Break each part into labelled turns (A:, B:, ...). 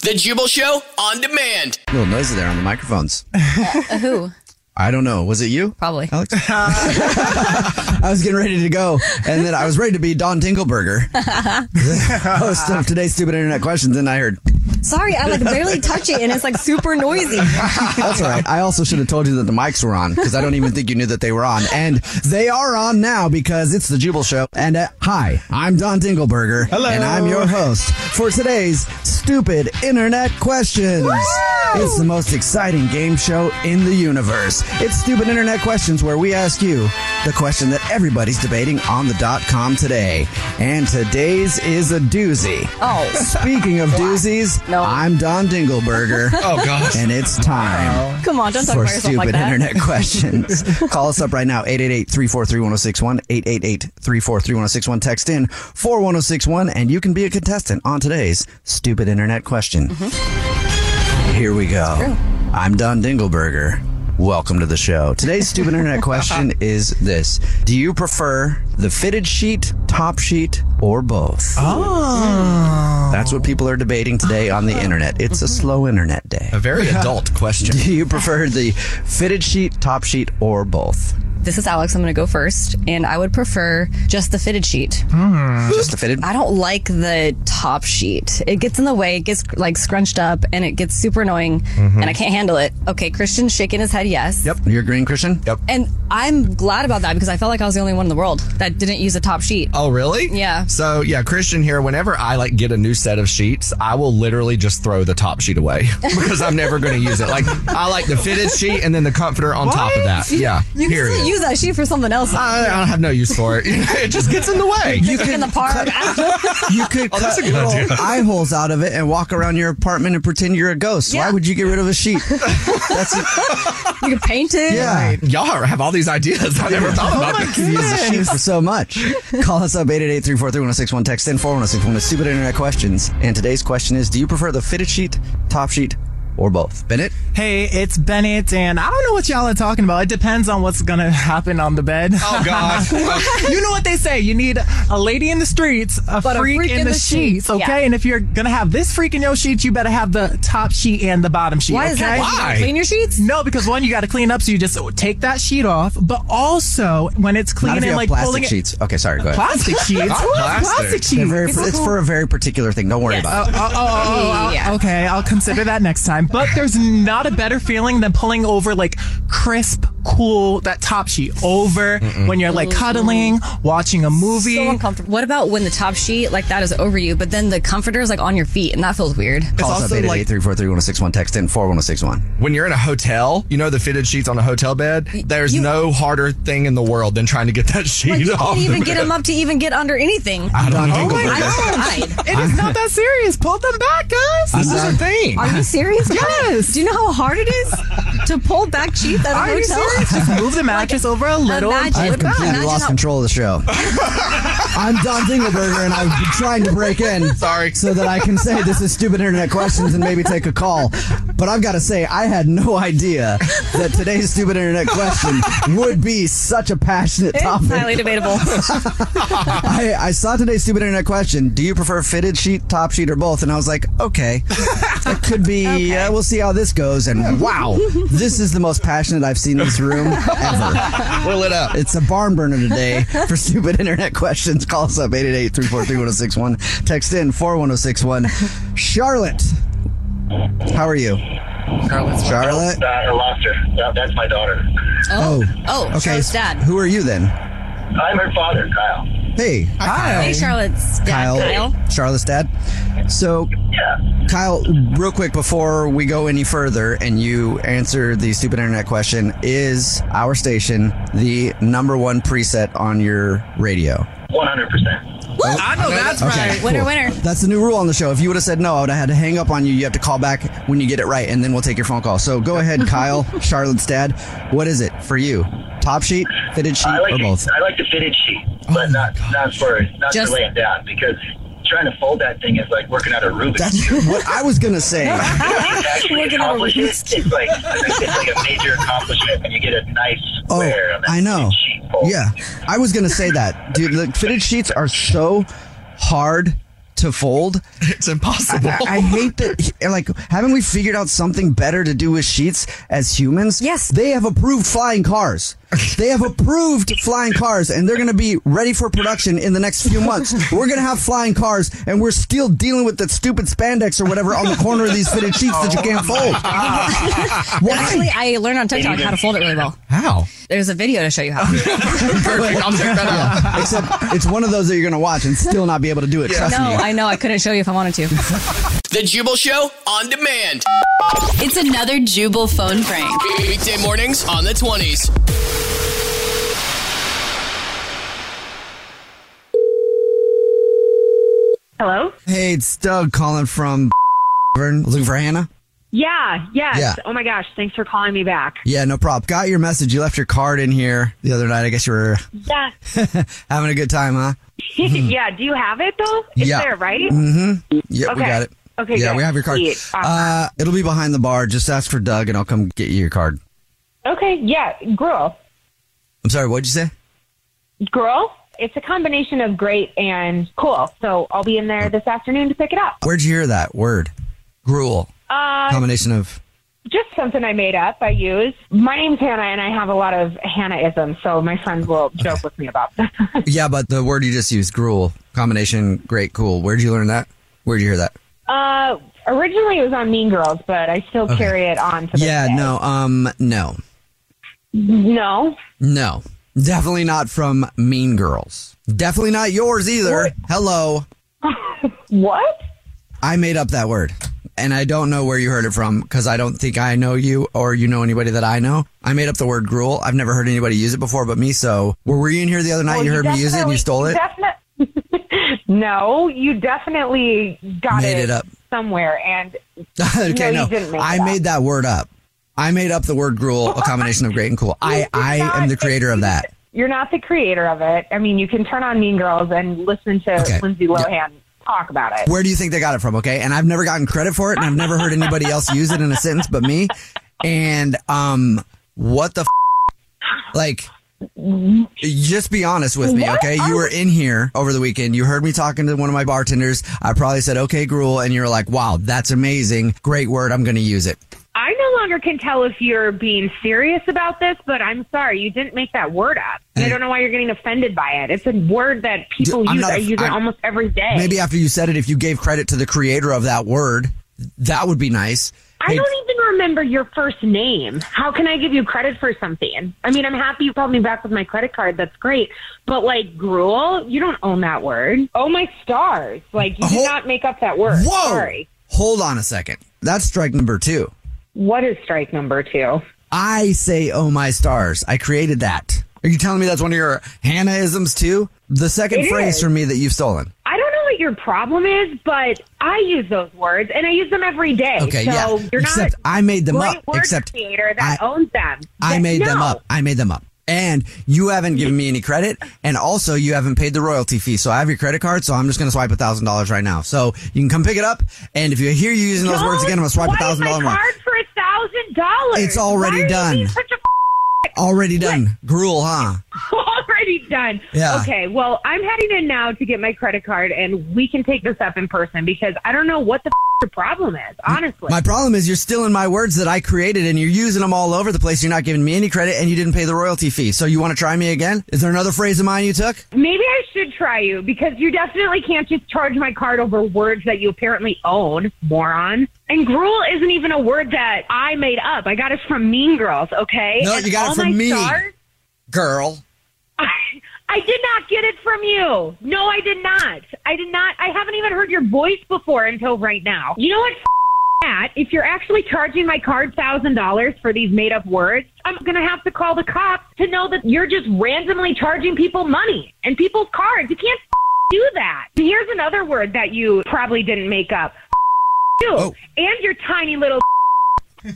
A: The Jubal Show on demand.
B: Little noises there on the microphones.
C: Uh, Who?
B: I don't know. Was it you?
C: Probably.
B: Alex? I was getting ready to go, and then I was ready to be Don Tinkleberger, host of today's stupid internet questions. And I heard
C: Sorry, I like barely touch it and it's like super noisy.
B: that's all right. I also should have told you that the mics were on because I don't even think you knew that they were on, and they are on now because it's the Jubal Show. And uh, hi, I'm Don Tinkleberger,
D: Hello.
B: and I'm your host for today's stupid internet questions. It's the most exciting game show in the universe. It's Stupid Internet Questions, where we ask you the question that everybody's debating on the dot com today. And today's is a doozy. Oh. Speaking of doozies, I'm Don Dingleberger.
D: Oh, gosh.
B: And it's time
C: Come on, don't talk
B: for
C: about yourself
B: Stupid
C: like that.
B: Internet Questions. Call us up right now, 888-343-1061, 888-343-1061. Text in 41061, and you can be a contestant on today's Stupid Internet Question. Here we go. I'm Don Dingleberger. Welcome to the show. Today's stupid internet question is this Do you prefer the fitted sheet, top sheet, or both?
D: Oh.
B: That's what people are debating today on the internet. It's a slow internet day.
D: A very adult question.
B: Do you prefer the fitted sheet, top sheet, or both?
C: This is Alex. I'm going to go first. And I would prefer just the fitted sheet.
D: Hmm.
B: Just the fitted?
C: I don't like the top sheet. It gets in the way, it gets like scrunched up, and it gets super annoying,
D: Mm-hmm.
C: and I can't handle it. Okay, Christian's shaking his head yes.
B: Yep. You're green, Christian? Yep.
C: And I'm glad about that because I felt like I was the only one in the world that didn't use a top sheet.
D: Oh, really?
C: Yeah.
D: So, yeah, Christian here, whenever I like get a new set of sheets, I will literally just throw the top sheet away because I'm never going to use it. Like, I like the fitted sheet and then the comforter on top of that. Yeah.
C: You can
D: period.
C: still use that sheet for something else.
D: I, I have no use for it. it just gets in the way.
B: You
C: in
B: could,
C: the park. I don't know.
B: you could
D: Oh, that's
B: cut
D: a good
B: little
D: idea.
B: eye holes out of it and walk around your apartment and pretend you're a ghost. Why
C: Yeah.
B: would you get rid of a sheet?
C: You can paint it.
B: Yeah.
D: Y'all have all these ideas I never thought
C: Oh
D: about.
B: could use the sheet for so much. Call us up 888-343-1061. Text in 41061 It's stupid internet questions. And today's question is, do you prefer the fitted sheet, top sheet, or both? Bennett?
E: Hey, it's Bennett, and I don't know what y'all are talking about. It depends on what's gonna happen on the bed.
D: Oh, God.
E: you know what they say? You need a lady in the streets, a,
C: But
E: freak, in, the, sheets, okay?
C: yeah.
E: And if you're gonna have this freak in your sheets, you better have the top sheet and the bottom sheet.
C: Why
E: okay?
C: is that? You
D: Why?
C: gotta Clean your sheets?
E: No, because one, you got to clean up, so you just take that sheet off. But also, when it's clean
B: Not if
E: and
B: you have
E: like pulling
B: plastic
E: it,
B: sheets. Okay, sorry, go ahead.
E: plastic sheets,
D: Not
E: Who has
D: plastic.
E: plastic
B: They're
E: sheets.
B: very- it's for a very particular thing. Don't worry
C: Yes.
B: about it.
E: Oh, oh, oh,
C: Yeah.
E: okay. I'll consider that next time. But there's not a better feeling than pulling over like crisp, cool that top sheet over when you're like cuddling, watching a movie.
C: So uncomfortable. What about when the top sheet like that is over you, but then the comforter is like on your feet, and that feels weird.
B: Call us up
D: also like-
B: 888-343-1061. Text in 41061.
D: when you're in a hotel, you know the fitted sheets on a hotel bed. There's
C: you-
D: no harder thing in the world than trying to get that sheet
C: Like, you
D: off.
C: can't
D: the
C: even get
D: bed.
C: them up to even get under anything. I
B: Don
C: I
B: Dinkelberger.
C: don't hide.
E: oh it is not that serious. Pull them back, guys.
D: This is a thing.
C: Are you serious?
E: Yes.
C: Do you know how hard it is to pull back sheets at a
E: Are you
C: hotel?
E: serious? Just move the mattress over a little.
C: Imagine-
B: I've
C: Imagine
B: completely
C: how-
B: lost control of the show. I'm Don Dingleberger, and I've been trying to break in.
D: Sorry.
B: So that I can say this is stupid internet questions and maybe take a call. But I've got to say, I had no idea that today's stupid internet question would be such a passionate topic.
C: Highly debatable.
B: I, I saw today's stupid internet question. Do you prefer fitted sheet, top sheet, or both? And I was like, okay, it could be. Uh, we'll see how this goes. And wow, this is the most passionate I've seen this room ever.
D: We're lit up.
B: It's a barn burner today for stupid internet questions. Call us up 888-343-1061. Text in 41061. Charlotte, how are you? Charlotte. Charlotte.
F: I lost uh, her. That- That's my daughter.
B: Oh.
C: Oh, Charlotte's dad.
B: Who are you then?
F: I'm her father, Kyle.
B: Hey,
C: Hey, Charlotte's dad,
B: Kyle.
C: Kyle.
B: Charlotte's dad. So,
F: Yeah.
B: Kyle, real quick before we go any further and you answer the stupid internet question, is our station the number one preset on your radio?
F: 100%.
E: I know that's
B: Okay,
E: right.
C: Winner, winner.
B: That's the new rule on the show. If you would have said no, I would have had to hang up on you. You have to call back when you get it right, and then we'll take your phone call. So go ahead, Kyle, Charlotte's dad. What is it for you? Top sheet, fitted sheet,
F: I like
B: or both? Oh
F: the, I like the fitted sheet, but not not for not
C: Just-
F: to lay it down because trying to fold that thing is like working out a Rubik's.
B: That's what I was gonna say.
F: It's actually
C: Working out a
F: accomplishing-
C: Rubik's
F: It's like it's like a major accomplishment when you get a nice
B: Oh,
F: square on that
B: I know.
F: fitted sheet fold.
B: Yeah, I was gonna say that, dude. The fitted sheets are so hard to fold.
D: It's impossible.
B: I, I hate that. Like, haven't we figured out something better to do with sheets as humans?
C: Yes.
B: They have approved flying cars. They have approved flying cars, and they're going to be ready for production in the next few months. We're going to have flying cars, and we're still dealing with that stupid spandex or whatever on the corner of these fitted sheets that you can't fold.
C: Actually, I learned on TikTok how to fold it really well.
D: How?
C: There's a video to show you how.
D: Perfect. I'll check that out.
B: Yeah. Except it's one of those that you're going to watch and still not be able to do it. Trust
C: no,
B: me.
C: I know. I couldn't show you if I wanted to.
A: The Jubal Show on demand.
G: It's another Jubal phone prank.
A: Weekday mornings on the 20s.
H: Hello?
B: hey, it's Doug calling from. Looking for Hannah?
H: Yeah, yes.
B: Yeah.
H: Oh my gosh, thanks for calling me back.
B: Yeah, no problem. Got your message. You left your card in here the other night. I guess you were
H: Yeah.
B: having a good time, huh?
H: yeah, do you have it though? It's
B: Yeah. Mm. Mm-hmm.
H: there, right?
B: Yeah, we
H: Okay.
B: got it.
H: Okay,
B: Yeah,
H: good.
B: we have your card.
H: Sweet. Awesome.
B: Uh, it'll be behind the bar. Just ask for Doug, and I'll come get you your card.
H: Okay, yeah. Girl.
B: I'm sorry. What'd you say?
H: Girl? It's a combination of great and cool. So I'll be in there this afternoon to pick it up.
B: Where'd you hear that word? Gruel.
H: Uh,
B: Combination of.
H: just something I made up, I use. My name's Hannah and I have a lot of Hannahisms, so my friends will joke with me about that.
B: Yeah, but the word you just used, gruel. Combination, great, cool. Where'd you learn that? Where'd you hear that?
H: uh, originally it was on Mean Girls, but I still carry it on to this
B: Yeah,
H: day.
B: no, um, no,
H: No.
B: no. Definitely not from Mean Girls. Definitely not yours either. Hello.
H: What?
B: I made up that word. And I don't know where you heard it from because I don't think I know you or you know anybody that I know. I made up the word gruel. I've never heard anybody use it before but me. So, were, were you in here the other night?
H: Well,
B: you heard me use it and
H: definitely-
B: you stole it?
H: definite- no, you definitely got
B: Made it up.
H: somewhere. And
B: okay,
H: No,
B: no.
H: you didn't make
B: I
H: it up.
B: made that word up. I made up the word gruel, a combination of great and cool. I, I am the creator of that.
H: you're not the creator of it. I mean, you can turn on Mean Girls and listen to
B: Okay.
H: Lindsay Lohan talk about it.
B: Where do you think they got it from? Okay. And I've never gotten credit for it and I've never heard anybody else use it in a sentence but me. And, um, what the f- like, just be honest with me, okay? You were in here over the weekend. You heard me talking to one of my bartenders. I probably said, okay, gruel. And you were like, wow, that's amazing. Great word. I'm going to use it.
H: I no longer can tell if you're being serious about this, but I'm sorry, you didn't make that word up. And I don't know why you're getting offended by it. It's a word that people
B: I'm
H: use.
B: not
H: I
B: aff-
H: use it
B: I'm-
H: almost every day.
B: Maybe after you said it, if you gave credit to the creator of that word, that would be nice.
H: I don't even remember your first name. How can I give you credit for something? I mean, I'm happy you called me back with my credit card. That's great. But like gruel, you don't own that word. Oh my stars. Like you
B: whole-
H: did not make up that word.
B: Whoa.
H: Sorry.
B: Hold on a second. That's strike number two.
H: What is strike number two?
B: I say, oh my stars. I created that. Are you telling me that's one of your Hannah-isms too? The second
H: It
B: phrase
H: is.
B: from me that you've stolen.
H: I don't know what your problem is, but I use those words and I use them every day.
B: Okay,
H: so
B: yeah.
H: you're
B: Except
H: not
B: I made them
H: great
B: up.
H: word
B: Except
H: creator that owns them.
B: I
H: That-
B: made them
H: no.
B: up. I made them up. And you haven't given me any credit, and also you haven't paid the royalty fee. So I have your credit card, so I'm just going to swipe thousand dollars right now. So you can come pick it up, and if you hear you using those words again, I'm going to swipe
H: Why
B: thousand
H: my
B: dollars more.
H: card for a thousand dollars.
B: It's already done. Already done. Gruel, huh?
H: Already done.
B: Yeah.
H: Okay. Well, I'm heading in now to get my credit card, and we can take this up in person because I don't know what the f- the problem is. Honestly.
B: My problem is you're stealing my words that I created, and you're using them all over the place. You're not giving me any credit, and you didn't pay the royalty fee. So you want to try me again? Is there another phrase of mine you took?
H: Maybe I should try you because you definitely can't just charge my card over words that you apparently own, moron. And gruel isn't even a word that I made up. I got it from Mean Girls, okay?
B: No,
H: And
B: you got it
H: all
B: from
H: my
B: me.
H: stars-
B: Girl.
H: I did not get it from you. No, I did not. I did not. I haven't even heard your voice before until right now. You know what? F- that. If you're actually charging my card thousand dollars for these made up words, I'm gonna have to call the cops to know that you're just randomly charging people money and people's cards. You can't f- do that. Here's another word that you probably didn't make up. F- you and your tiny little.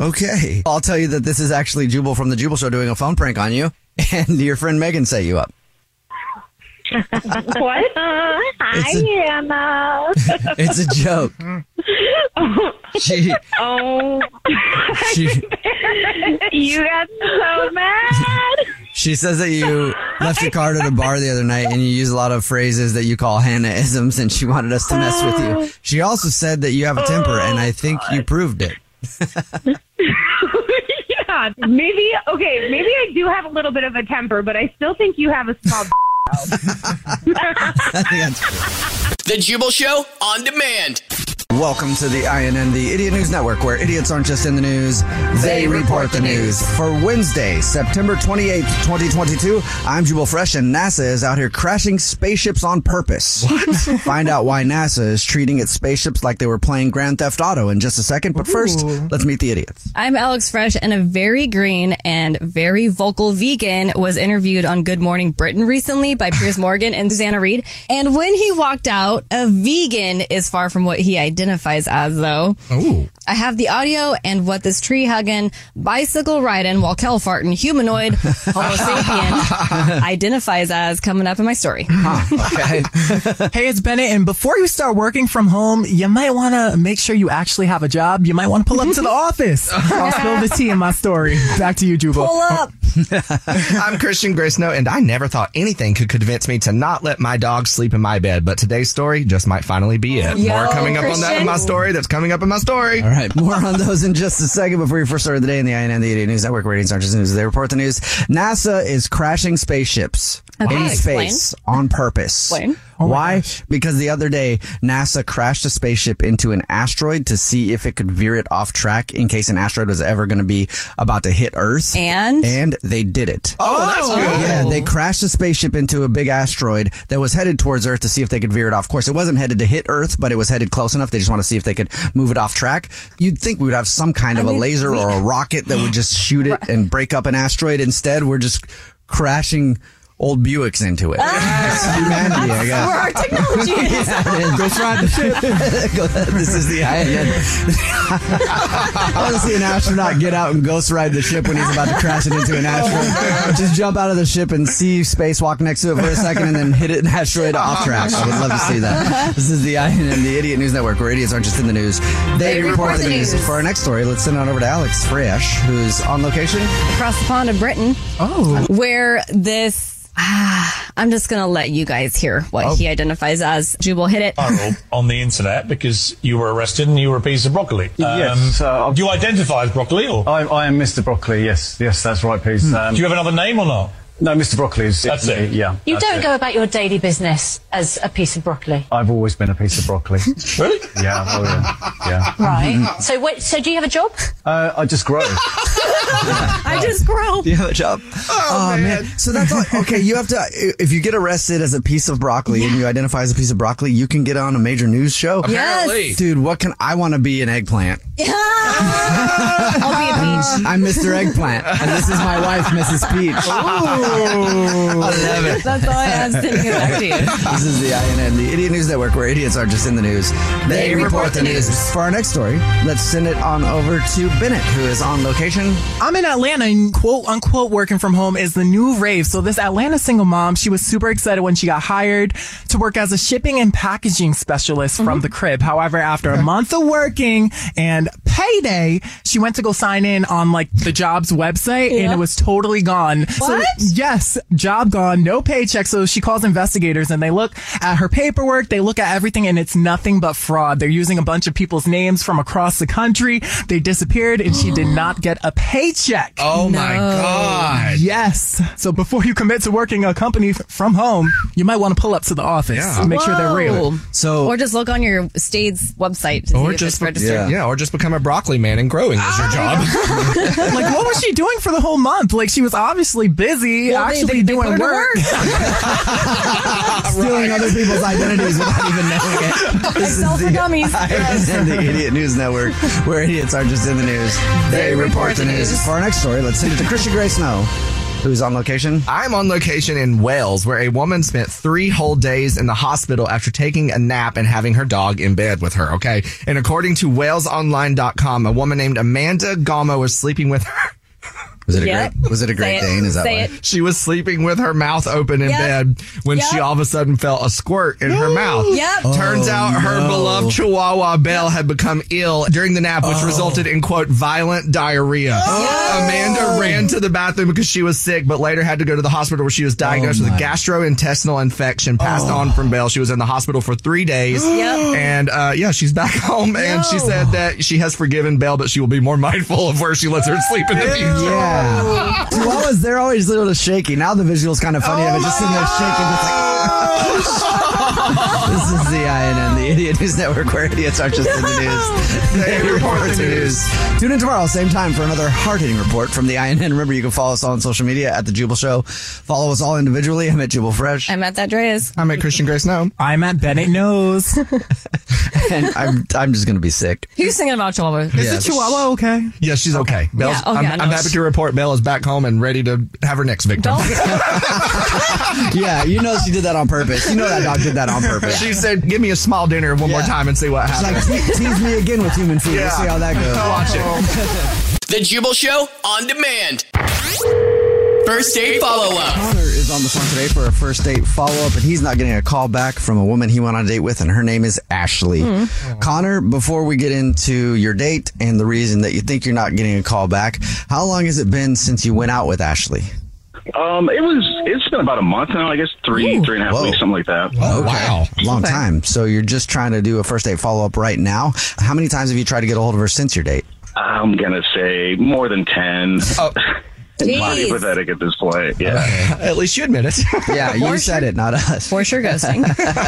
B: Okay. I'll tell you that this is actually Jubal from the Jubal Show doing a phone prank on you, and your friend Megan set you up.
H: what?
I: Uh,
H: hi, Emma.
B: It's a joke. She,
H: oh.
B: she,
H: you got so mad.
B: she says that you left your card at a bar the other night and you use a lot of phrases that you call Hannahisms, and she wanted us to mess with you. She also said that you have a temper, and I think you proved it.
H: yeah, maybe. Okay, maybe I do have a little bit of a temper, but I still think you have a small.
A: The Jubal Show on demand.
B: Welcome to the INN, the Idiot News Network, where idiots aren't just in the news, they report the news. For Wednesday, September 28th, 2022, I'm Jubal Fresh, and NASA is out here crashing spaceships on purpose. What? Find out why NASA is treating its spaceships like they were playing Grand Theft Auto in just a second, but first, let's meet the idiots.
C: I'm Alex Fresh, and a very green and very vocal vegan was interviewed on Good Morning Britain recently by Piers Morgan and Susanna Reid. And when he walked out, a vegan is far from what he identifies as, though.
J: Ooh.
C: I have the audio and what this tree hugging, bicycle riding, while kel farting, humanoid, homo sapien identifies as coming up in my story.
E: hey, it's Bennett, and before you start working from home, you might want to make sure you actually have a job. You might want to pull up to the office. I'll spill the tea in my story. Back to you, Jubal.
C: Pull up.
D: I'm Christian Grisno, and I never thought anything could convince me to not let my dog sleep in my bed. But today's story just might finally be it.
B: Yo,
D: More coming up on that in my
B: Christian.
D: story. That's coming up in my story.
B: All right, more on those in just a second. Before your first start of the day in the INN, the Idiot News Network, where idiots aren't just in the news, they report the news. NASA is crashing spaceships
C: Okay,
B: in
C: explain.
B: space on purpose. Why? Because the other day, NASA crashed a spaceship into an asteroid to see if it could veer it off track in case an asteroid was ever going to be about to hit Earth.
C: And?
B: And they did it.
D: Oh, that's good.
B: Yeah, they crashed a spaceship into a big asteroid that was headed towards Earth to see if they could veer it off course. It wasn't headed to hit Earth, but it was headed close enough. They just want to see if they could move it off track. You'd think we would have some kind of a laser or a rocket that would just shoot it and break up an asteroid. Instead, we're just crashing old Buicks into it. Humanity, I guess.
C: Where our technology is.
B: Go ride the ship. this is the INN. I want to see an astronaut get out and ghost ride the ship when he's about to crash it into an asteroid. Just jump out of the ship and see spacewalk next to it for a second and then hit it an asteroid off track. I would love to see that. This is the INN, the Idiot News Network, where idiots aren't just in the news. They, report, the news. For our next story, let's send it on over to Alex Fresh, who's on location.
C: across the pond in Britain.
E: Oh.
C: Where this. Ah, I'm just going to let you guys hear what he identifies as. Jubal hit it.
K: viral on the internet because you were arrested and you were a piece of broccoli.
L: Yes, uh,
K: do you identify as broccoli or? Hmm.
L: I, I am Mr. Broccoli. Yes, yes, that's right, please. Um,
K: Do you have another name or not?
L: No, Mr. Broccoli is.
K: That's
L: me,
K: it.
L: Yeah.
M: You
L: that's
M: don't
L: it.
M: go about your daily business as a piece of broccoli.
L: I've always been a piece of broccoli.
K: really?
L: Yeah. oh, yeah. yeah. Mm-hmm.
M: Right. so what so do you have a job?
L: Uh, I just grow.
C: I just grow.
B: Do you have a job? Oh, man. So that's all. Okay, you have to. If you get arrested as a piece of broccoli and you identify as a piece of broccoli, you can get on a major news show.
C: Apparently.
B: Dude, what can I want to be an eggplant?
C: Yeah.
B: I'm, I'm Mr. Eggplant, and this is my wife, Mrs. Peach.
J: Ooh.
B: I love it.
J: That's all I had to get back to you.
B: This is the INN, the Idiot News Network, where idiots are just in the news. They, report, the news. For our next story, let's send it on over to Bennett, who is on location.
E: I'm in Atlanta and quote unquote working from home is the new rave. So this Atlanta single mom, she was super excited when she got hired to work as a shipping and packaging specialist
J: Mm-hmm.
E: from the crib. However, after a month of working and payday, she went to go sign in on like the job's website and
J: Yeah.
E: it was totally gone.
J: What?
E: So yes, job gone, no paycheck. So she calls investigators and they look at her paperwork, they look at everything and it's nothing but fraud. They're using a bunch of people's names from across the country. They disappeared and she did not get a paycheck.
D: Oh my No. God.
E: Yes. So before you commit to working a company f- from home, you might want to pull up to the office
D: Yeah.
E: and make sure they're real.
C: Whoa.
E: Oh.
C: or just look on your state's website to see if it's registered.
D: yeah. yeah, or just become a broccoli man and growing is your job.
E: like what was she doing for the whole month? Like she was obviously busy,
J: Well, they-
E: actually
J: they- they
E: doing
J: put her to
E: work.
B: Stealing other people's identities without even knowing it. This is the INN, the Idiot News Network, where idiots are just in the news. They, report, the news. For our next story, let's send it to Christian Gray Snow, who's on location.
D: I'm on location in Wales, where a woman spent three whole days in the hospital after taking a nap and having her dog in bed with her. Okay. And according to WalesOnline.com, a woman named Amanda Gama was sleeping with her.
B: Was it a Yep. great- was it a Great Say it. Dane? Is that Say why? it.
D: She was sleeping with her mouth open in
B: Yep.
D: bed when she
B: Yep.
D: all of a sudden felt a squirt in her mouth.
B: Yep.
D: Turns
B: Oh,
D: out her
B: no.
D: beloved Chihuahua Belle had become ill during the nap, which
B: Oh.
D: resulted in quote violent diarrhea. Amanda ran to the bathroom because she was sick, but later had to go to the hospital where she was diagnosed with a gastrointestinal infection passed on from Belle. She was in the hospital for three days.
J: Yep.
D: And uh, yeah, she's back home, and she said that she has forgiven Belle, but she will be more mindful of where she lets her sleep in the future.
B: Yeah. Chihuahuas, they're always a little shaky. Now the visual's kind of funny of it just sitting there shaking. Just like, this is the INN, the Idiot News Network, where idiots are just in the news. They report the news. Tune in tomorrow, same time, for another hard hitting report from the INN. Remember, you can follow us on social media at The Jubal Show. Follow us all individually. I'm at Jubal Fresh.
C: I'm at that Dreas.
D: I'm at Christian Grace Now.
E: I'm at Bennett Knows.
B: and I'm, I'm just going to be sick.
C: Who's singing about Chihuahua?
D: Is the Yes.
E: Chihuahua okay?
D: Yeah, she's okay. Belle's,
C: Yeah, okay, I
D: I'm,
C: know.
D: I'm happy to report Belle is back home and ready to have her next victim.
B: yeah, you know she did that on purpose. You know that dog did that on purpose.
D: She said, "Give me a small dinner one more time and see what
B: She's
D: happens."
B: like, "Te- tease me again with human food. Let's see how that goes.
D: Watch it.
A: The Jubal Show on demand. First date follow up.
B: Connor is on the phone today for a first date follow up, and he's not getting a call back from a woman he went on a date with, and her name is Ashley. Connor, before we get into your date and the reason that you think you're not getting a call back, how long has it been since you went out with Ashley?
F: Um, it was. It's been about a month now. I guess three, three and a half
B: Whoa.
F: weeks, something like that.
B: Wow. Long time. So you're just trying to do a first date follow up right now. How many times have you tried to get a hold of her since your date?
F: I'm gonna say more than ten. Oh.
B: Jeez.
F: Body pathetic at this point. Yeah.
D: At least you admit it.
B: Yeah, you said it, not us.
C: For sure ghosting.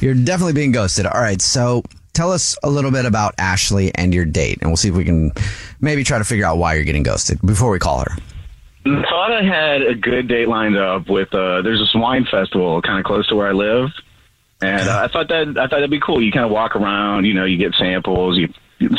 B: You're definitely being ghosted. All right, so tell us a little bit about Ashley and your date, and we'll see if we can maybe try to figure out why you're getting ghosted before we call her.
F: Thought I had a good date lined up with. Uh, there's this wine festival kind of close to where I live, and uh, I thought that I thought that'd be cool. You kind of walk around, you know, you get samples, you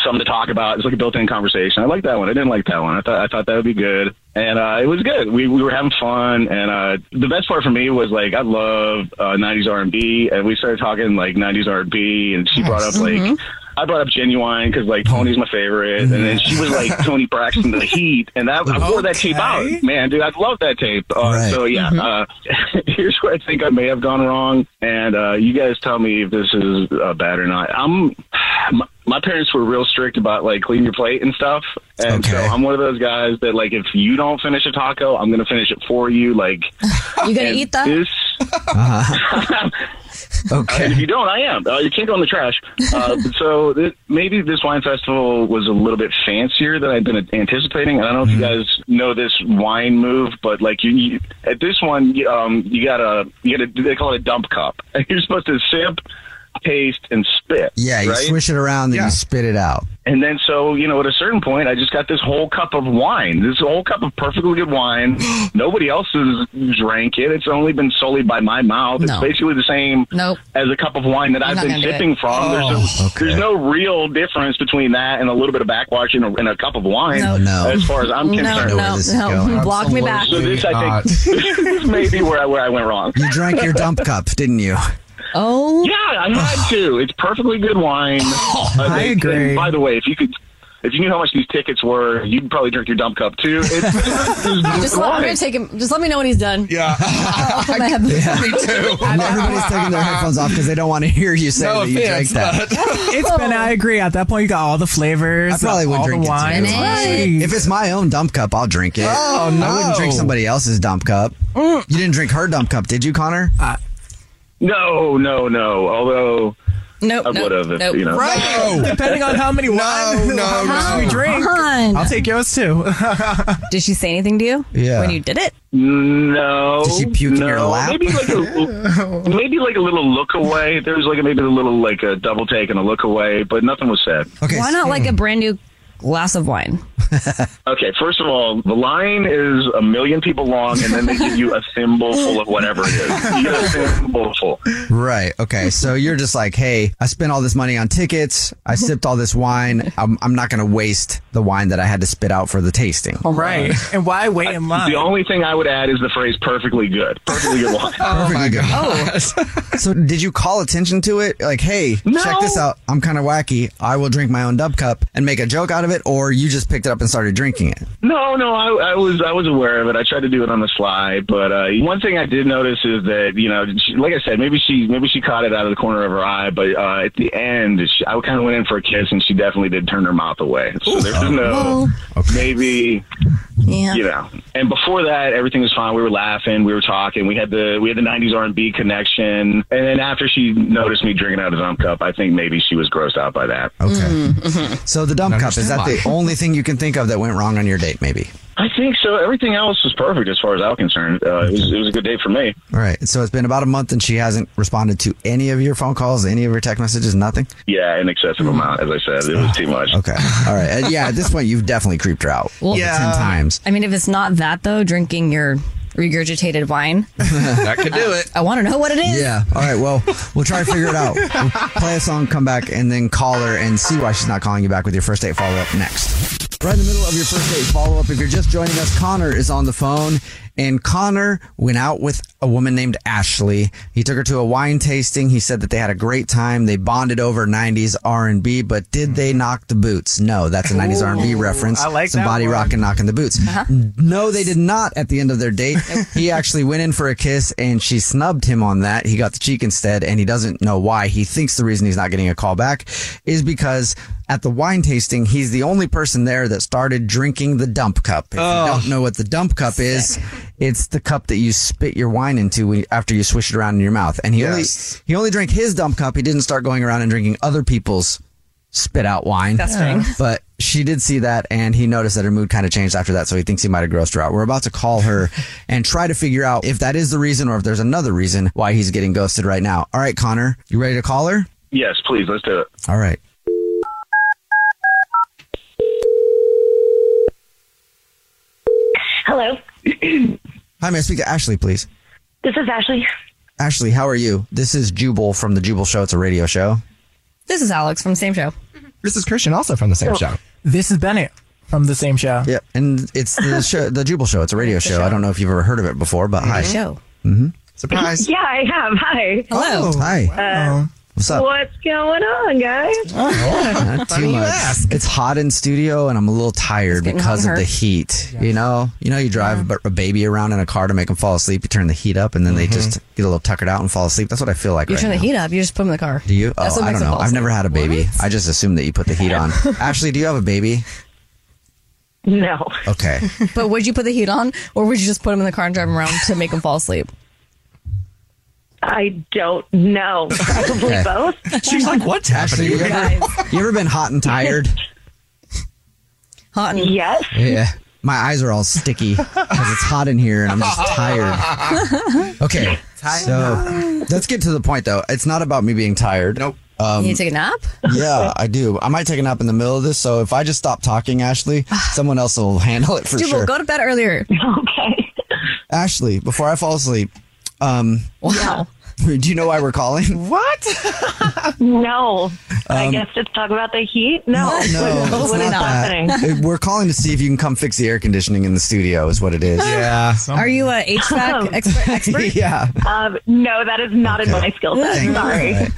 F: something to talk about. It's like a built-in conversation. I like that one. I didn't like that one. I thought I thought that would be good, and uh, it was good. We we were having fun, and uh, the best part for me was like I love uh, '90s R&B, and we started talking like '90s R&B, and she brought up like. I brought up Genuine because like Pony's my favorite, and then she was like Tony Braxton to the Heat, and that I wore that tape out, man, dude. I love that tape. Uh, So yeah, uh, here's where I think I may have gone wrong, and uh, you guys tell me if this is uh, bad or not. I'm my, my parents were real strict about like clean your plate and stuff, and so I'm one of those guys that like if you don't finish a taco, I'm gonna finish it for you. Like
C: You gonna
F: and
C: eat that?
F: This
B: Uh-huh. Okay.
F: if you don't, I am. Uh, you can't go in the trash. Uh, so th- maybe this wine festival was a little bit fancier than I'd been anticipating. I don't know
B: Mm-hmm.
F: if you guys know this wine move, but like you, you at this one, you, um, you got to you got to they call it a dump cup. You're supposed to sip, taste, and spit.
B: Yeah, you
F: right?
B: swish it around and
F: Yeah.
B: you spit it out.
F: And then, so, you know, at a certain point, I just got this whole cup of wine, this whole cup of perfectly good wine. Nobody else has drank it. It's only been sullied by my mouth. It's
N: No.
F: basically the same
N: Nope.
F: as a cup of wine that
N: I'm
F: I've
N: not
F: been
N: gonna do
F: sipping
N: it.
F: from.
B: Oh,
F: there's, a, there's no real difference between that and a little bit of backwash in a, in a cup of wine,
C: No. No.
F: as far as I'm
C: No,
F: concerned.
C: no, no. Block me back.
F: So this, I think, this may be where I, where I went wrong.
B: You drank your dump cup, didn't you?
C: Oh.
F: Yeah, I had to. It's perfectly good wine. Uh,
B: I
F: they-
B: agree.
F: and by the way, if you could. If you knew how much these tickets were, you'd probably drink your dump cup too. It's, it's
C: Just let, I'm gonna take him. Just let me know when he's done.
D: Yeah.
C: I'll put my head-
B: Everybody's taking their headphones off because they don't want to hear you say
E: No
B: that you
E: offense,
B: drank that.
E: It's been. I agree. At that point, you got all the flavors.
B: I probably would
E: all
B: drink
E: the wine.
B: it. Too. Right. If it's my own dump cup, I'll drink it.
E: Oh, no. Mm.
B: I wouldn't drink somebody else's dump cup. You didn't drink her dump cup, did you, Connor?
F: no, no, no. Although
C: nope,
F: I would have, if, you know.
E: Right. Depending on how many wine,
C: no,
E: how much
C: no.
E: we drink.
C: Come on.
E: I'll take yours too.
C: Did she say anything to you?
F: Yeah.
C: When you did it?
F: No.
C: Did she puke in
F: no.
C: your lap?
F: Maybe like a maybe like a little look away. There was like a, maybe a little like a double take and a look away, but nothing was said.
C: Why not like a brand new glass of wine?
F: Okay, first of all, the line is a million people long, and then they give you a thimble full of whatever it is. You get a thimble full.
B: Right. Okay. So you're just like, hey, I spent all this money on tickets. I sipped all this wine. I'm, I'm not going to waste the wine that I had to spit out for the tasting.
E: right. And why wait in line?
F: The only thing I would add is the phrase "perfectly good." Perfectly good wine.
C: Oh
B: Perfectly good. Oh. so did you call attention to it? Like, hey, check this out. I'm kind of wacky. I will drink my own dub cup and make a joke out of it, or you just picked it up and started drinking it.
F: No, no, I, I was I was aware of it. I tried to do it on the sly, but uh, one thing I did notice is that you know, she, like I said, maybe she maybe she caught it out of the corner of her eye, but uh, at the end, she, I kind of went in for a kiss, and she definitely did turn her mouth away. So there's no
C: Well.
F: maybe.
C: Yeah.
F: You know, and before that, everything was fine. We were laughing, we were talking, we had the we had the '90s R&B connection, and then after she noticed me drinking out of the dump cup, I think maybe she was grossed out by that.
B: Okay.
C: Mm-hmm.
B: So the dump cup is that
F: Understand
B: the
F: why.
B: only thing you can think of that went wrong on your date? Maybe.
F: I think so. Everything else was perfect as far as I was concerned. Uh, it, was, it was a good day for me.
B: All right. So it's been about a month and she hasn't responded to any of your phone calls, any of your text messages, nothing.
F: Yeah, an excessive amount, as I said. It was too much.
B: Okay. All right. Uh, yeah. At this point, you've definitely creeped her out.
C: Well-
B: over
C: Yeah.
B: Ten times.
C: I mean, if it's not that though, drinking your regurgitated wine.
B: that
D: could do it.
C: I want to know what it is.
B: Yeah. All right. Well, we'll try to figure it out. We'll play a song, come back, and then call her and see why she's not calling you back with your first date follow up next. Right in the middle of your first date follow up, if you're just joining us, Connor is on the phone. And Connor went out with a woman named Ashley. He took her to a wine tasting. He said that they had a great time. They bonded over 90s R&B, but did they knock the boots? No, that's a 90s R&B
E: Ooh,
B: reference.
E: I like
B: Some
E: that
B: body
E: one.
B: rock and knocking the boots.
C: Uh-huh.
B: No, they did not at the end of their date. he actually went in for a kiss and she snubbed him on that. He got the cheek instead and he doesn't know why. He thinks the reason he's not getting a call back is because at the wine tasting, he's the only person there that started drinking the dump cup. If you don't know what the dump cup is, it's the cup that you spit your wine into when, after you swish it around in your mouth. And he only he only drank his dump cup. He didn't start going around and drinking other people's spit out wine.
C: That's Yeah. right.
B: But she did see that and he noticed that her mood kind of changed after that. So he thinks he might have grossed her out. We're about to call her and try to figure out if that is the reason or if there's another reason why he's getting ghosted right now. All right, Connor, you ready to call her?
F: Yes, please, let's do it.
B: All right.
I: Hello,
B: Hi, may I speak to Ashley, please?
I: this is Ashley.
B: Ashley, how are you? This is Jubal from The Jubal Show. It's a radio show.
C: This is Alex from the same show.
D: This is Christian, also from the same show.
E: This is Bennett from the same show.
B: Yep. And it's the show, The Jubal Show. It's a radio show. I don't know if you've ever heard of it before, but hi.
C: show.
B: hmm
D: Surprise.
I: Yeah, I have. Hi.
B: Hello. Oh, hi.
I: Uh,
B: What's up? Oh,
I: What's going on, guys?
B: Not too much. It's hot in studio, and I'm a little tired
I: getting
B: because
I: hot
B: of
I: in
B: the
I: her.
B: heat. You know, you know, you drive a- a baby around in a car to make them fall asleep. You turn the heat up, and then they just get a little tuckered out and fall asleep. That's what I feel like
C: You
B: right
C: turn
B: now.
C: the heat up. You just put him in the car.
B: do you?
C: That's
B: Oh,
C: what
B: I
C: makes
B: don't
C: it
B: know.
C: fall
B: I've never had a baby. I just assume that you put the heat on. Ashley, do you have a baby?
I: No.
B: Okay.
C: but would you put the heat on, or would you just put him in the car and drive him around to make him fall asleep?
I: I don't know. Probably
B: Okay.
I: both.
D: She's like, what's happening?
B: Ashley, you ever, you ever been hot and tired?
C: Hot and
I: yes.
B: yeah. My eyes are all sticky because it's hot in here, and I'm just tired. Okay. So let's get to the point, though. It's not about me being tired. Nope. Um,
C: you take a nap?
B: yeah, I do. I might take a nap in the middle of this, so if I just stop talking, Ashley,
C: Ah.
B: someone else will handle it for
C: Jubal,
B: sure.
C: go to bed earlier.
D: Oh,
I: Okay.
B: Ashley, before I fall asleep, um,
C: wow.
B: Do you know why we're calling?
I: What? no. I
B: Um,
I: guess it's talk about the heat. No.
B: No,
I: What-
B: it's
I: what is
B: not
I: happening?
B: that. It- We're calling to see if you can come fix the air conditioning in the studio. Is what it is.
D: Yeah.
C: Are you a HVAC expert? expert?
B: yeah.
I: Um, no, that is not in my skill set.
B: Thank you.
I: Sorry.
B: All right.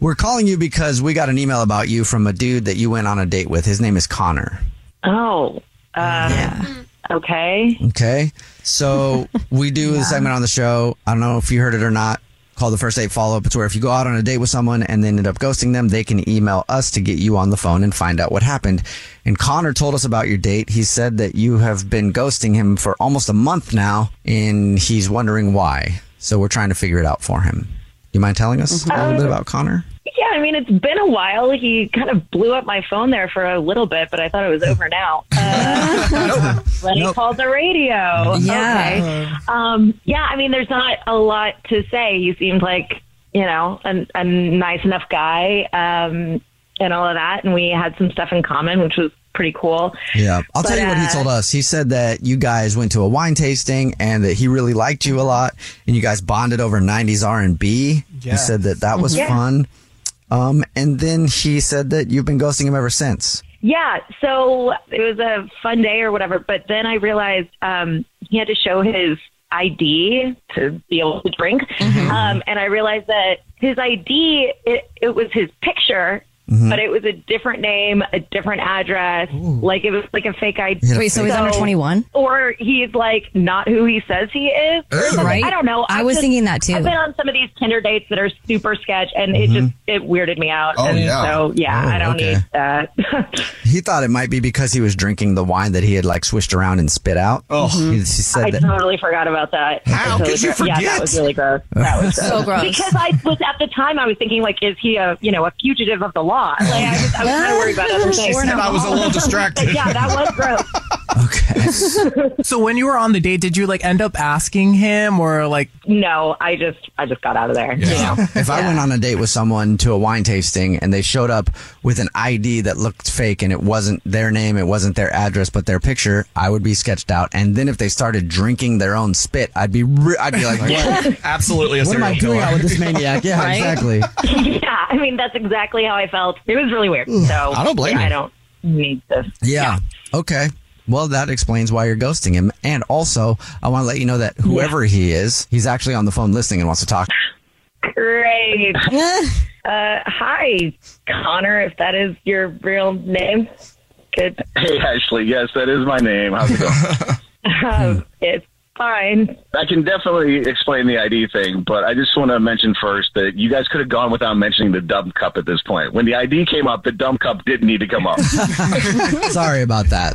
B: We're calling you because we got an email about you from a dude that you went on a date with. His name is Connor.
I: Oh. Uh, Okay.
B: Okay. So we do a segment on the show. I don't know if you heard it or not. Called the first date follow up. It's where if you go out on a date with someone and then end up ghosting them, they can email us to get you on the phone and find out what happened. And Connor told us about your date. He said that you have been ghosting him for almost a month now and he's wondering why. So we're trying to figure it out for him. You mind telling us a
I: Mm-hmm.
B: little bit about Connor?
I: Yeah, I mean, it's been a while. He kind of blew up my phone there for a little bit, but I thought it was over now. Uh, Let me call the radio.
C: Yeah.
I: Okay. Um, yeah, I mean, there's not a lot to say. He seemed like, you know, a, a nice enough guy um, and all of that. And we had some stuff in common, which was pretty cool.
B: Yeah. I'll tell
I: But,
B: you what he
I: uh,
B: told us. He said that you guys went to a wine tasting and that he really liked you a lot and you guys bonded over 90s R&B.
O: Yeah.
B: He said that that was
I: Yeah.
B: fun. Um, and then he said that you've been ghosting him ever since.
I: Yeah, so it was a fun day or whatever. But then I realized um, he had to show his ID to be able to drink,
B: Mm-hmm.
I: um, and I realized that his ID it, it was his picture,
B: Mm-hmm.
C: Mhm.
I: but it was a different name, a different address, like it was like a fake ID.
C: Wait, so he's under 21?
I: or he's like not who he says he is, or
C: Ooh.
I: something.
C: Right.
I: I don't know.
C: I
I: I've
C: was
I: just-
C: thinking that, too.
I: I've been on some of these Tinder dates that are super sketch, and it just it weirded me out.
B: Mm-hmm. Oh,
I: and
B: yeah.
I: So yeah,
B: Oh,
I: I don't
B: okay.
I: need that.
B: He thought it might be because he was drinking the wine that he had like swished around and spit out. Oh, he, he
I: I
B: said that.
I: totally forgot about that. How
B: could you
I: Yeah, that
B: forget?
I: was really gross. That was
B: So gross.
I: Because I was at the time, I was thinking like, is he a you know a fugitive of the law? Like I was, I was kind of worried about other
E: She
I: things.
E: said I was a little distracted.
I: yeah, that was gross.
E: so when you were on the date, did you like end up asking him or like?
I: No, I just I just got out of there. You know.
B: If I went on a date with someone to a wine tasting and they showed up with an ID that looked fake and it wasn't their name, it wasn't their address, but their picture, I would be sketched out. And then if they started drinking their own spit, I'd be re- I'd be like,
D: Yeah.
B: what?
D: Absolutely a
B: What am I
D: serial
B: doing
D: killer.
B: out with this maniac? Yeah,
D: Right?
B: exactly.
I: yeah, I mean that's exactly how I felt. It was really weird. So
B: I don't blame
I: yeah,
B: you.
I: I don't need this.
B: Yeah. Okay. Well, that explains why you're ghosting him. And also, I want to let you know that whoever he is, he's actually on the phone listening and wants to talk.
I: Great. uh, hi, Connor. If that is your real name, good.
F: Hey, Ashley. Yes, that is my name. How's it going?
B: Hmm.
I: Um, it's fine.
F: I can definitely explain the ID thing, but I just want to mention first that you guys could have gone without mentioning the dumb cup at this point. When the ID came up, the dumb cup didn't need to come up.
B: Sorry about that.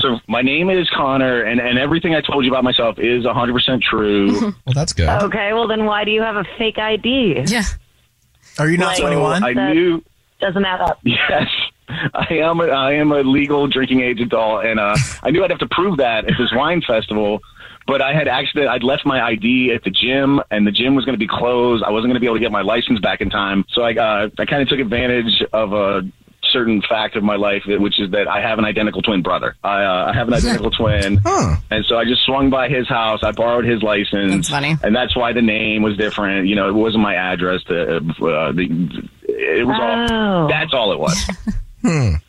F: so my name is Connor, and, and everything I told you about myself is 100% true.
B: Well, that's good.
I: Okay, well then why do you have a fake ID? Yeah.
E: Are you not
F: So
E: 21?
F: I knew.
I: Doesn't add up.
F: Yes, I am. A, I am a legal drinking age adult, and uh, I knew I'd have to prove that at this wine festival. But I had accident. I'd left my ID at the gym, and the gym was going to be closed. I wasn't going to be able to get my license back in time, so I uh, I kind of took advantage of a certain fact of my life, which is that I have an identical twin brother. I, uh, I have an identical twin, and so I just swung by his house. I borrowed his license,
C: That's funny.
F: and that's why the name was different. You know, it wasn't my address. To, uh, the it was
I: Oh.
F: all. That's all it was.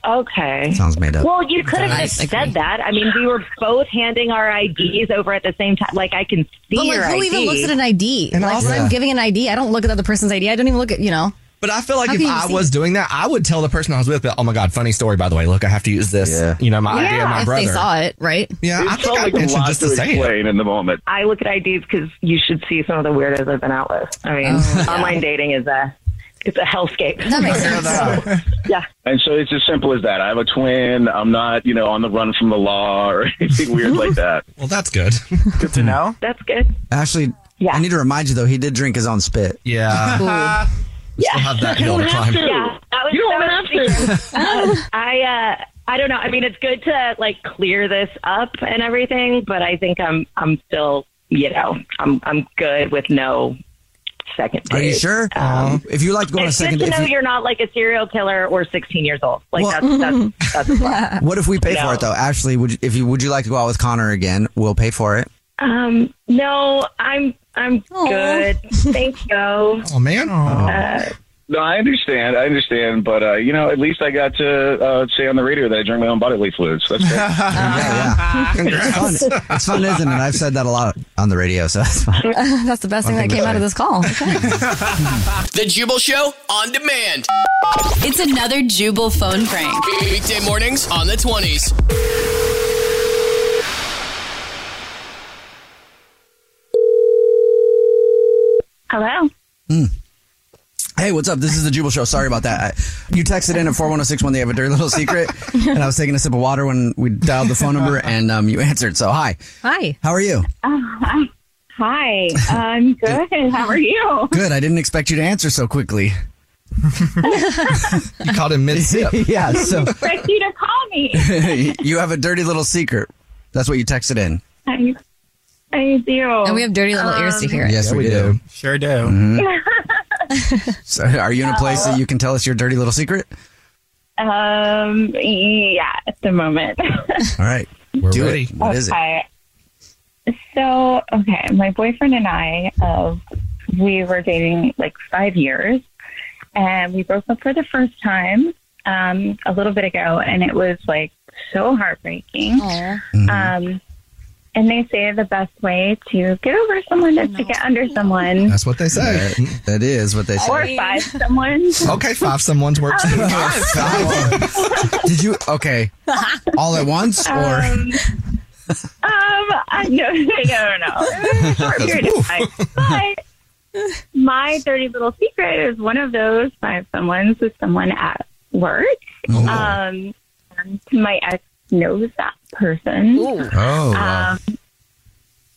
I: Okay.
B: Sounds made up.
I: Well, you could have
B: I
I: just said that. I mean, we were both handing our IDs over at the same time. Like I can see
C: But like,
I: your
C: who
I: ID.
C: even looks at an ID?
D: And
C: like,
D: also-
C: when I'm giving an ID, I don't look at the other person's ID. I don't even look at, you know.
D: But I feel like
C: How
D: if
C: can you
D: I
C: see?
D: was doing that, I would tell the person I was with, but, oh my God, funny story, by the way. Look, I have to use this. You know, my idea, my
C: if
D: brother.
C: they saw it, right?
D: Yeah, I think I mentioned just to say it.
F: in the moment.
I: I look at IDs because you should see some of the weirdos I've been out with. I mean,
C: Oh,
I: online dating is a it's a hellscape. That makes sense.
F: And so it's as simple as that. I have a twin. I'm not, you know, on the run from the law or anything weird like that.
D: Well, that's good. Hmm.
E: Good to know.
I: That's good.
B: Ashley, I need to remind you though, he did drink his own spit.
D: Yeah.
I: yeah.
D: Still have that hill to climb.
I: Yeah, that was, you don't have to. I uh, I don't know. I mean, it's good to like clear this up and everything, but I think I'm I'm still you know I'm I'm good with no
N: second date.
B: Are you sure?
N: Um,
B: if you like to go on a
N: it's
B: second
N: good to
B: date,
N: know
B: if you-
N: you, are not like a serial killer or 16 years old. Like
B: Well-
N: that's that's, that's why.
B: what if we pay
N: No.
B: for it though? Ashley, would you, if you would you like to go out with Connor again? We'll pay for it.
N: Um, no, I'm I'm good. Thank you. Oh
D: man.
N: Uh,
F: No, I understand. I understand, but uh, you know, at least I got to uh, say on the radio that I drank my own bodily fluids. That's great.
B: It's fun. It's fun, isn't it? I've said that a lot on the radio, so that's fine.
C: That's the best thing
B: One
C: that
B: thing
C: came
B: to
C: out of this call. Okay.
A: The Jubal Show on demand.
P: It's another Jubal phone prank.
A: Weekday mornings on the 20s.
N: Hello.
B: Hey, what's up? This is the Jubal Show. Sorry about that. I, you texted in at 41061. They have a dirty little secret. and I was taking a sip of water when we dialed the phone number and um, you answered. So, hi.
C: Hi.
B: How are you?
N: Oh, hi. I'm good. How are you?
B: Good. I didn't expect you to answer so quickly.
D: you called him mid sip.
B: yeah. So,
N: expect you to call me.
B: you have a dirty little secret. That's what you texted in.
N: I, I do. Um,
C: And we have dirty little
I: Um,
C: ears to hear it.
B: Yes, we, do. Sure do. So, are you in a place that you can tell us your dirty little secret?
N: Um, yeah, at the moment.
B: All right. We're do
D: ready.
B: it. What is it?
N: okay. So, okay, my boyfriend and I, uh, we were dating like five years, and we broke up for the first time um, a little bit ago, and it was like so heartbreaking. Um, and they say the best way to get over someone is to get under someone.
D: That's what they say.
B: That- that is what they
N: Or
B: say.
N: five someone.
D: Okay, five someone's works.
B: Did you? Okay. All at once or?
N: Um, um, I no, no, no. Short period of time. But my dirty little secret is one of those five someone's with someone at work.
B: Oh.
N: Um, and my ex knows that person.
B: Oh, wow.
N: Um,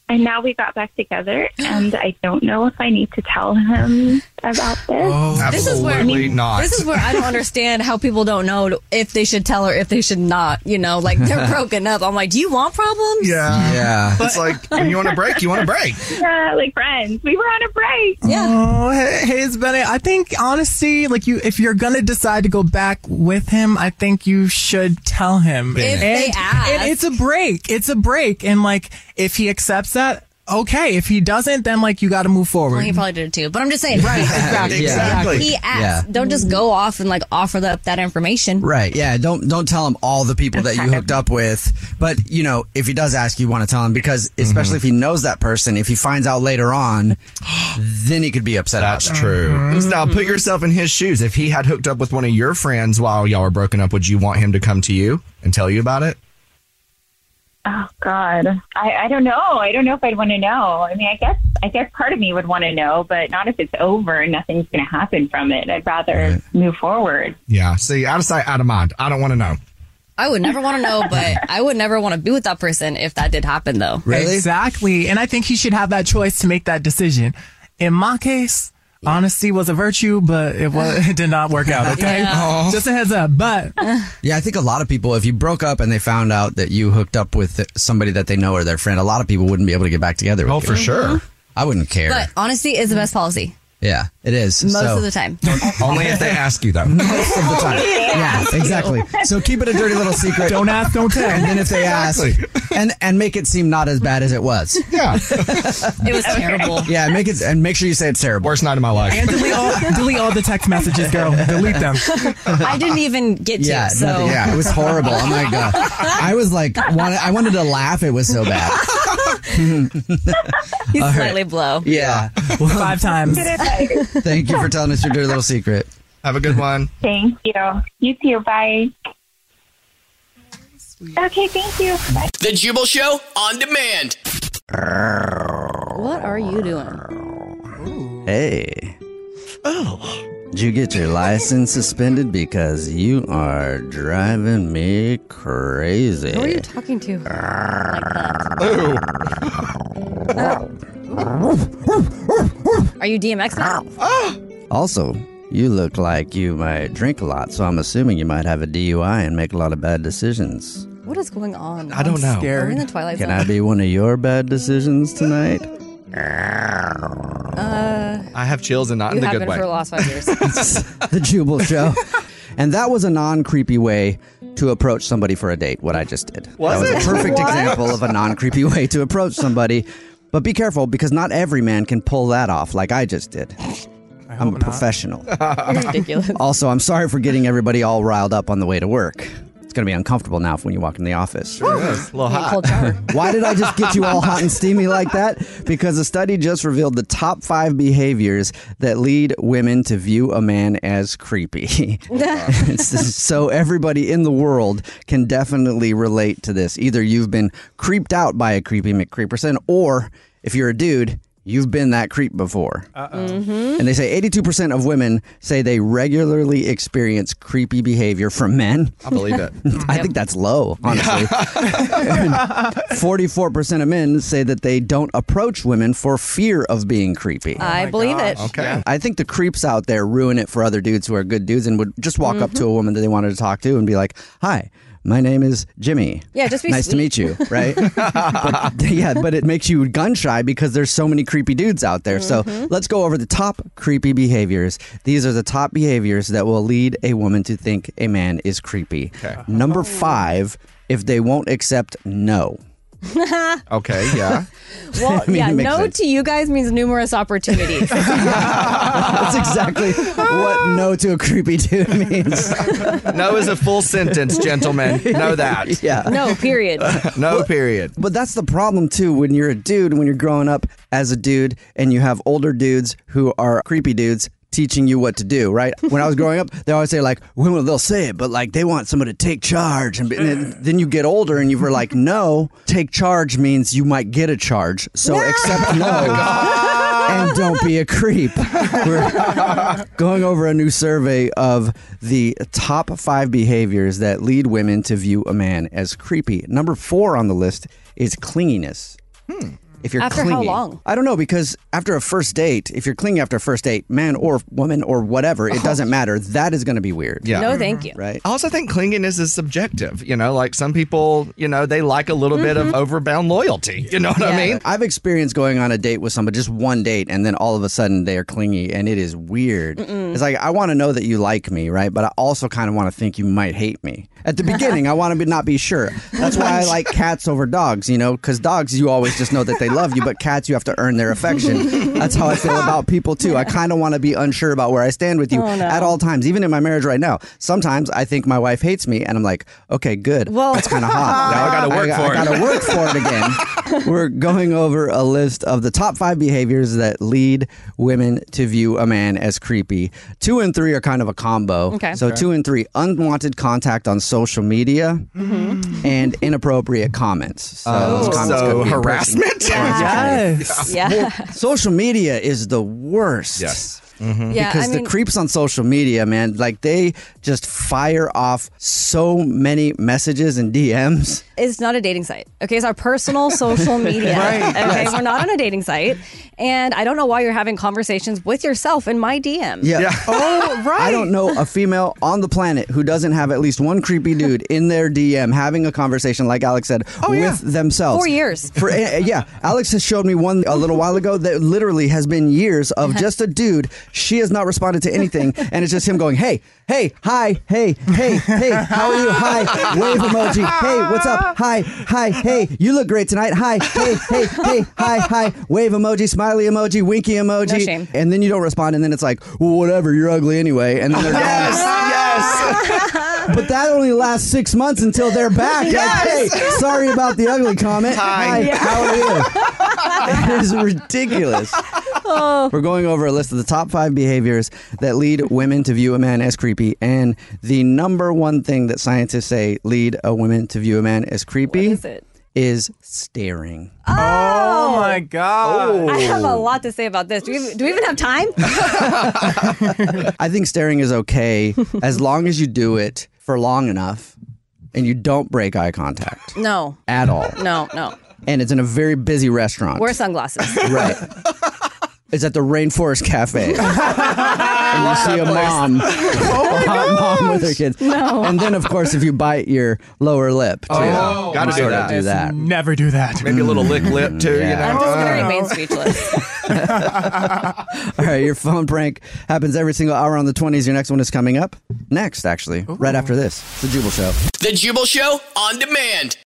N: and now we got back together, and I don't know if I need to tell him about this.
B: Oh.
C: This is where
D: Absolutely not.
C: This is where I don't understand how people don't know if they should tell or if they should not. You know, like they're broken up. I'm like, do you want problems?
D: Yeah.
B: Yeah.
D: it's like when you want a break, you want a break.
N: Yeah, like friends. We were on a break.
E: Oh, hey, Hayes Bennett. I think honesty, like you, if you're gonna decide to go back with him, I think you should tell him.
C: If they ask.
E: and it's a break. It's a break, and like if he accepts that, okay. If he doesn't, then like you got to move forward.
C: Well, he probably did it too, but I'm just saying. Right,
E: exactly.
D: Exactly.
C: He asked.
D: Yeah.
C: Don't just go off and like offer up that information.
B: Right. Yeah. Don't don't tell him all the people that you hooked up with. But you know, if he does ask, you want to tell him because especially if he knows that person, if he finds out later on, then he could be upset. Mm-hmm.
D: That's true. Now put yourself in his shoes. If he had hooked up with one of your friends while y'all were broken up, would you want him to come to you and tell you about it?
N: Oh God, I, I don't know. I don't know if I'd want to know. I mean, I guess I guess part of me would want to know, but not if it's over and nothing's going to happen from it. I'd rather move forward.
D: Yeah. See, out of sight, out of mind. I don't want to know.
C: I would never want to know, but I would never want to be with that person if that did happen, though.
E: Exactly. And I think he should have that choice to make that decision. In my case, honesty was a virtue, but it was it did not work out. Okay,
C: Yeah.
E: just a heads up. But
B: Yeah, I think a lot of people, if you broke up and they found out that you hooked up with somebody that they know or their friend, a lot of people wouldn't be able to get back together. With
D: Oh,
B: you.
D: for sure.
B: I wouldn't care.
C: But honesty is the best policy
B: yeah, it is.
C: most
B: So-
C: of the time.
D: Only if they ask you, though.
B: Most of the time. Yeah, exactly. So keep it a dirty little secret.
E: don't ask, don't tell.
B: And then if they ask, and and make it seem not as bad as it was.
D: Yeah.
C: It was terrible.
B: Yeah, make it and make sure you say it's terrible.
D: Worst night of my life.
E: And delete all, delete all the text messages, girl. Delete them.
C: I didn't even get to.
B: Yeah,
C: it, so
B: nothing- yeah, it was horrible. Oh my god, I was like, wanted, I wanted to laugh. It was so bad.
C: you slightly
N: Oh,
C: blow.
B: Yeah. Well,
E: Five times.
B: thank you for telling us your dirty little secret.
D: Have a good one.
N: Thank you. You too. Bye. Okay. Thank you. Bye.
A: The Jubal Show on demand.
C: What are you doing?
Q: Hey. Oh. Did you get your license suspended because you are driving me crazy?
R: Who are you talking to? Like that.
C: Are you DMX now?
B: Oh,
Q: Also, you look like you might drink a lot, so I'm assuming you might have a DUI and make a lot of bad decisions.
C: What is going on?
D: I don't know.
C: Are we in the Twilight
Q: Can
C: Zone?
Q: I be one of your bad decisions tonight?
C: Uh,
D: I have chills and not
J: you
D: in the
J: have
D: good
J: been
D: way.
J: for the last five years.
B: the Jubal Show. And that was a non creepy way to approach somebody for a date, what I just did.
D: Was
B: that was
D: it?
B: a perfect
D: What?
B: example of a non creepy way to approach somebody. But be careful because not every man can pull that off like I just did. I'm a professional.
J: Ridiculous.
B: Also, I'm sorry for getting everybody all riled up on the way to work. It's going to be uncomfortable now when you walk in the office.
D: A little hot.
B: Why did I just get you all hot and steamy like that? Because a study just revealed the top five behaviors that lead women to view a man as creepy. It's- so everybody in the world can definitely relate to this. Either you've been creeped out by a creepy McCreeperson, or if you're a dude, you've been that creep before.
J: Mm-hmm.
C: Mm-hmm.
B: And they say 82% of women say they regularly experience creepy behavior from men.
D: I believe it.
B: I think that's low, honestly. Forty-four percent of men say that they don't approach women for fear of being creepy.
J: I believe it.
B: I think the creeps out there ruin it for other dudes who are good dudes and would just walk up to
J: Mm-hmm.
B: a woman that they wanted to talk to and be like, "Hi, my name is Jimmy.
J: Yeah, just be
B: nice to meet
J: sweet.
B: you." Right? But- yeah, but it makes you gun shy because there's so many creepy dudes out there.
J: Mm-hmm.
B: So let's go over the top creepy behaviors. These are the top behaviors that will lead a woman to think a man is creepy. Number five, if they won't accept no.
J: well,
D: Okay, yeah.
B: I mean,
J: yeah,
B: it makes
J: no
B: sense.
J: to you guys means numerous opportunities.
B: That's exactly what no to a creepy dude means.
D: no is a full sentence, gentlemen. Know that.
B: Yeah.
J: no, period.
D: No period.
B: But that's the problem too when you're a dude, when you're growing up as a dude and you have older dudes who are creepy dudes teaching you what to do, right? When I was growing up, they always say like women they'll say it, but like they want someone to take charge and, be- and then- then you get older and you were like, "No, take charge means you might get a charge." So accept no. And don't be a creep. We're going over a new survey of the top five behaviors that lead women to view a man as creepy. Number four on the list is clinginess. If you're
J: After how
B: clingy.
J: long?
B: I don't know because after a first date, if you're clingy after a first date, man or woman or whatever, it doesn't matter. That is going to be weird.
D: Yeah.
J: No, thank you.
B: Right.
D: I also think clinginess is subjective. You know, like some people, you know, they like a little bit of
J: Mm-hmm.
D: overbound loyalty. You know what I mean?
B: I've experienced going on a date with somebody, just one date, and then all of a sudden they are clingy, and it is weird. It's like I want to know that you like me, right? But I also kind of want to think you might hate me. At the beginning, I want to be not be sure. That's why I like cats over dogs, you know, because dogs you always just know that they love you, but cats you have to earn their affection. That's how I feel about people too. I kind of want to be unsure about where I stand with you
J: Oh, no.
B: at all times, even in my marriage right now. Sometimes I think my wife hates me, and I'm like, okay, good.
J: Well-
B: that's kind of hot.
D: Now I gotta work for it.
B: Ah, I gotta work for it again. We're going over a list of the top five behaviors that lead women to view a man as creepy. Two and three are kind of a combo.
J: Okay.
B: So two and three: unwanted contact on social media and inappropriate comments. So, those comments
D: Oh, so
B: could be in person.
D: harassment. Oh,
E: Yes.
J: Oh. Yeah.
B: Well, social media is the worst.
D: Yes.
J: Yeah,
B: Because
J: I mean,
B: the creeps on social media, man, like they just fire off so many messages and DMs.
J: it's not a dating site. Okay, it's our personal social media. Okay, we're not on a dating site, and I don't know why you're having conversations with yourself in my DM.
B: yeah.
E: Oh, right.
B: I don't know a female on the planet who doesn't have at least one creepy dude in their DM having a conversation, like Alex said, with themselves.
J: Oh, Four years.
B: For uh, yeah, Alex has showed me one a little while ago that literally has been years of just a dude. She has not responded to anything, and it's just him going, "Hey, hey, hi, hey, hey, hey, how are you? Hi, wave emoji. Hey, what's up? Hi, hi, hey, you look great tonight. Hi, hey, hey, hey, hi, hi, wave emoji, smiley emoji, winky emoji,
J: No shame.
B: and then you don't respond, and then it's like, well, whatever, you're ugly anyway, and then they're gone.
D: Yes. Yes.
B: But that only lasts six months until they're back. Like, hey, sorry about the ugly comment.
D: Hi.
B: how are you? it is ridiculous.
J: Oh.
B: We're going over a list of the top five behaviors that lead women to view a man as creepy, and the number one thing that scientists say lead a woman to view a man as creepy
J: What is it?
B: is staring.
E: Oh my god.
J: I have a lot to say about this. Do we, do we even have time?
B: I think staring is okay as long as you do it for long enough and you don't break eye contact
J: no,
B: at all.
J: no, no.
B: And it's in a very busy restaurant.
J: Wear sunglasses.
B: Right. It's at the Rainforest Cafe. and you see a mom, a
D: Oh
B: hot mom with her kids.
E: No.
B: And then, of course, if you bite your lower lip, too,
D: Oh,
B: you
D: gotta do
B: sort of
D: that.
B: do that.
E: Never do that.
D: Maybe a little lick lip too.
B: yeah.
D: You know?
B: I'm
J: just gonna remain speechless.
B: All right, your phone prank happens every single hour on the 20s. Your next one is coming up next, actually, right after this. It's the Jubal Show.
A: The Jubal Show on demand.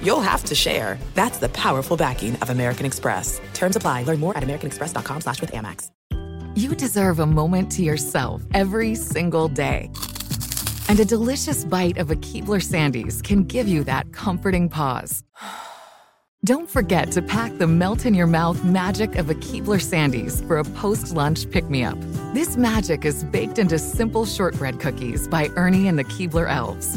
S: you'll have to share. That's the powerful backing of American Express. Terms apply. Learn more at americanexpress.com slash with Amex.
T: You deserve a moment to yourself every single day. And a delicious bite of a Keebler Sandies can give you that comforting pause. Don't forget to pack the melt in your mouth magic of a Keebler Sandies for a post lunch pick me up. This magic is baked into simple shortbread cookies by Ernie and the Keebler Elves.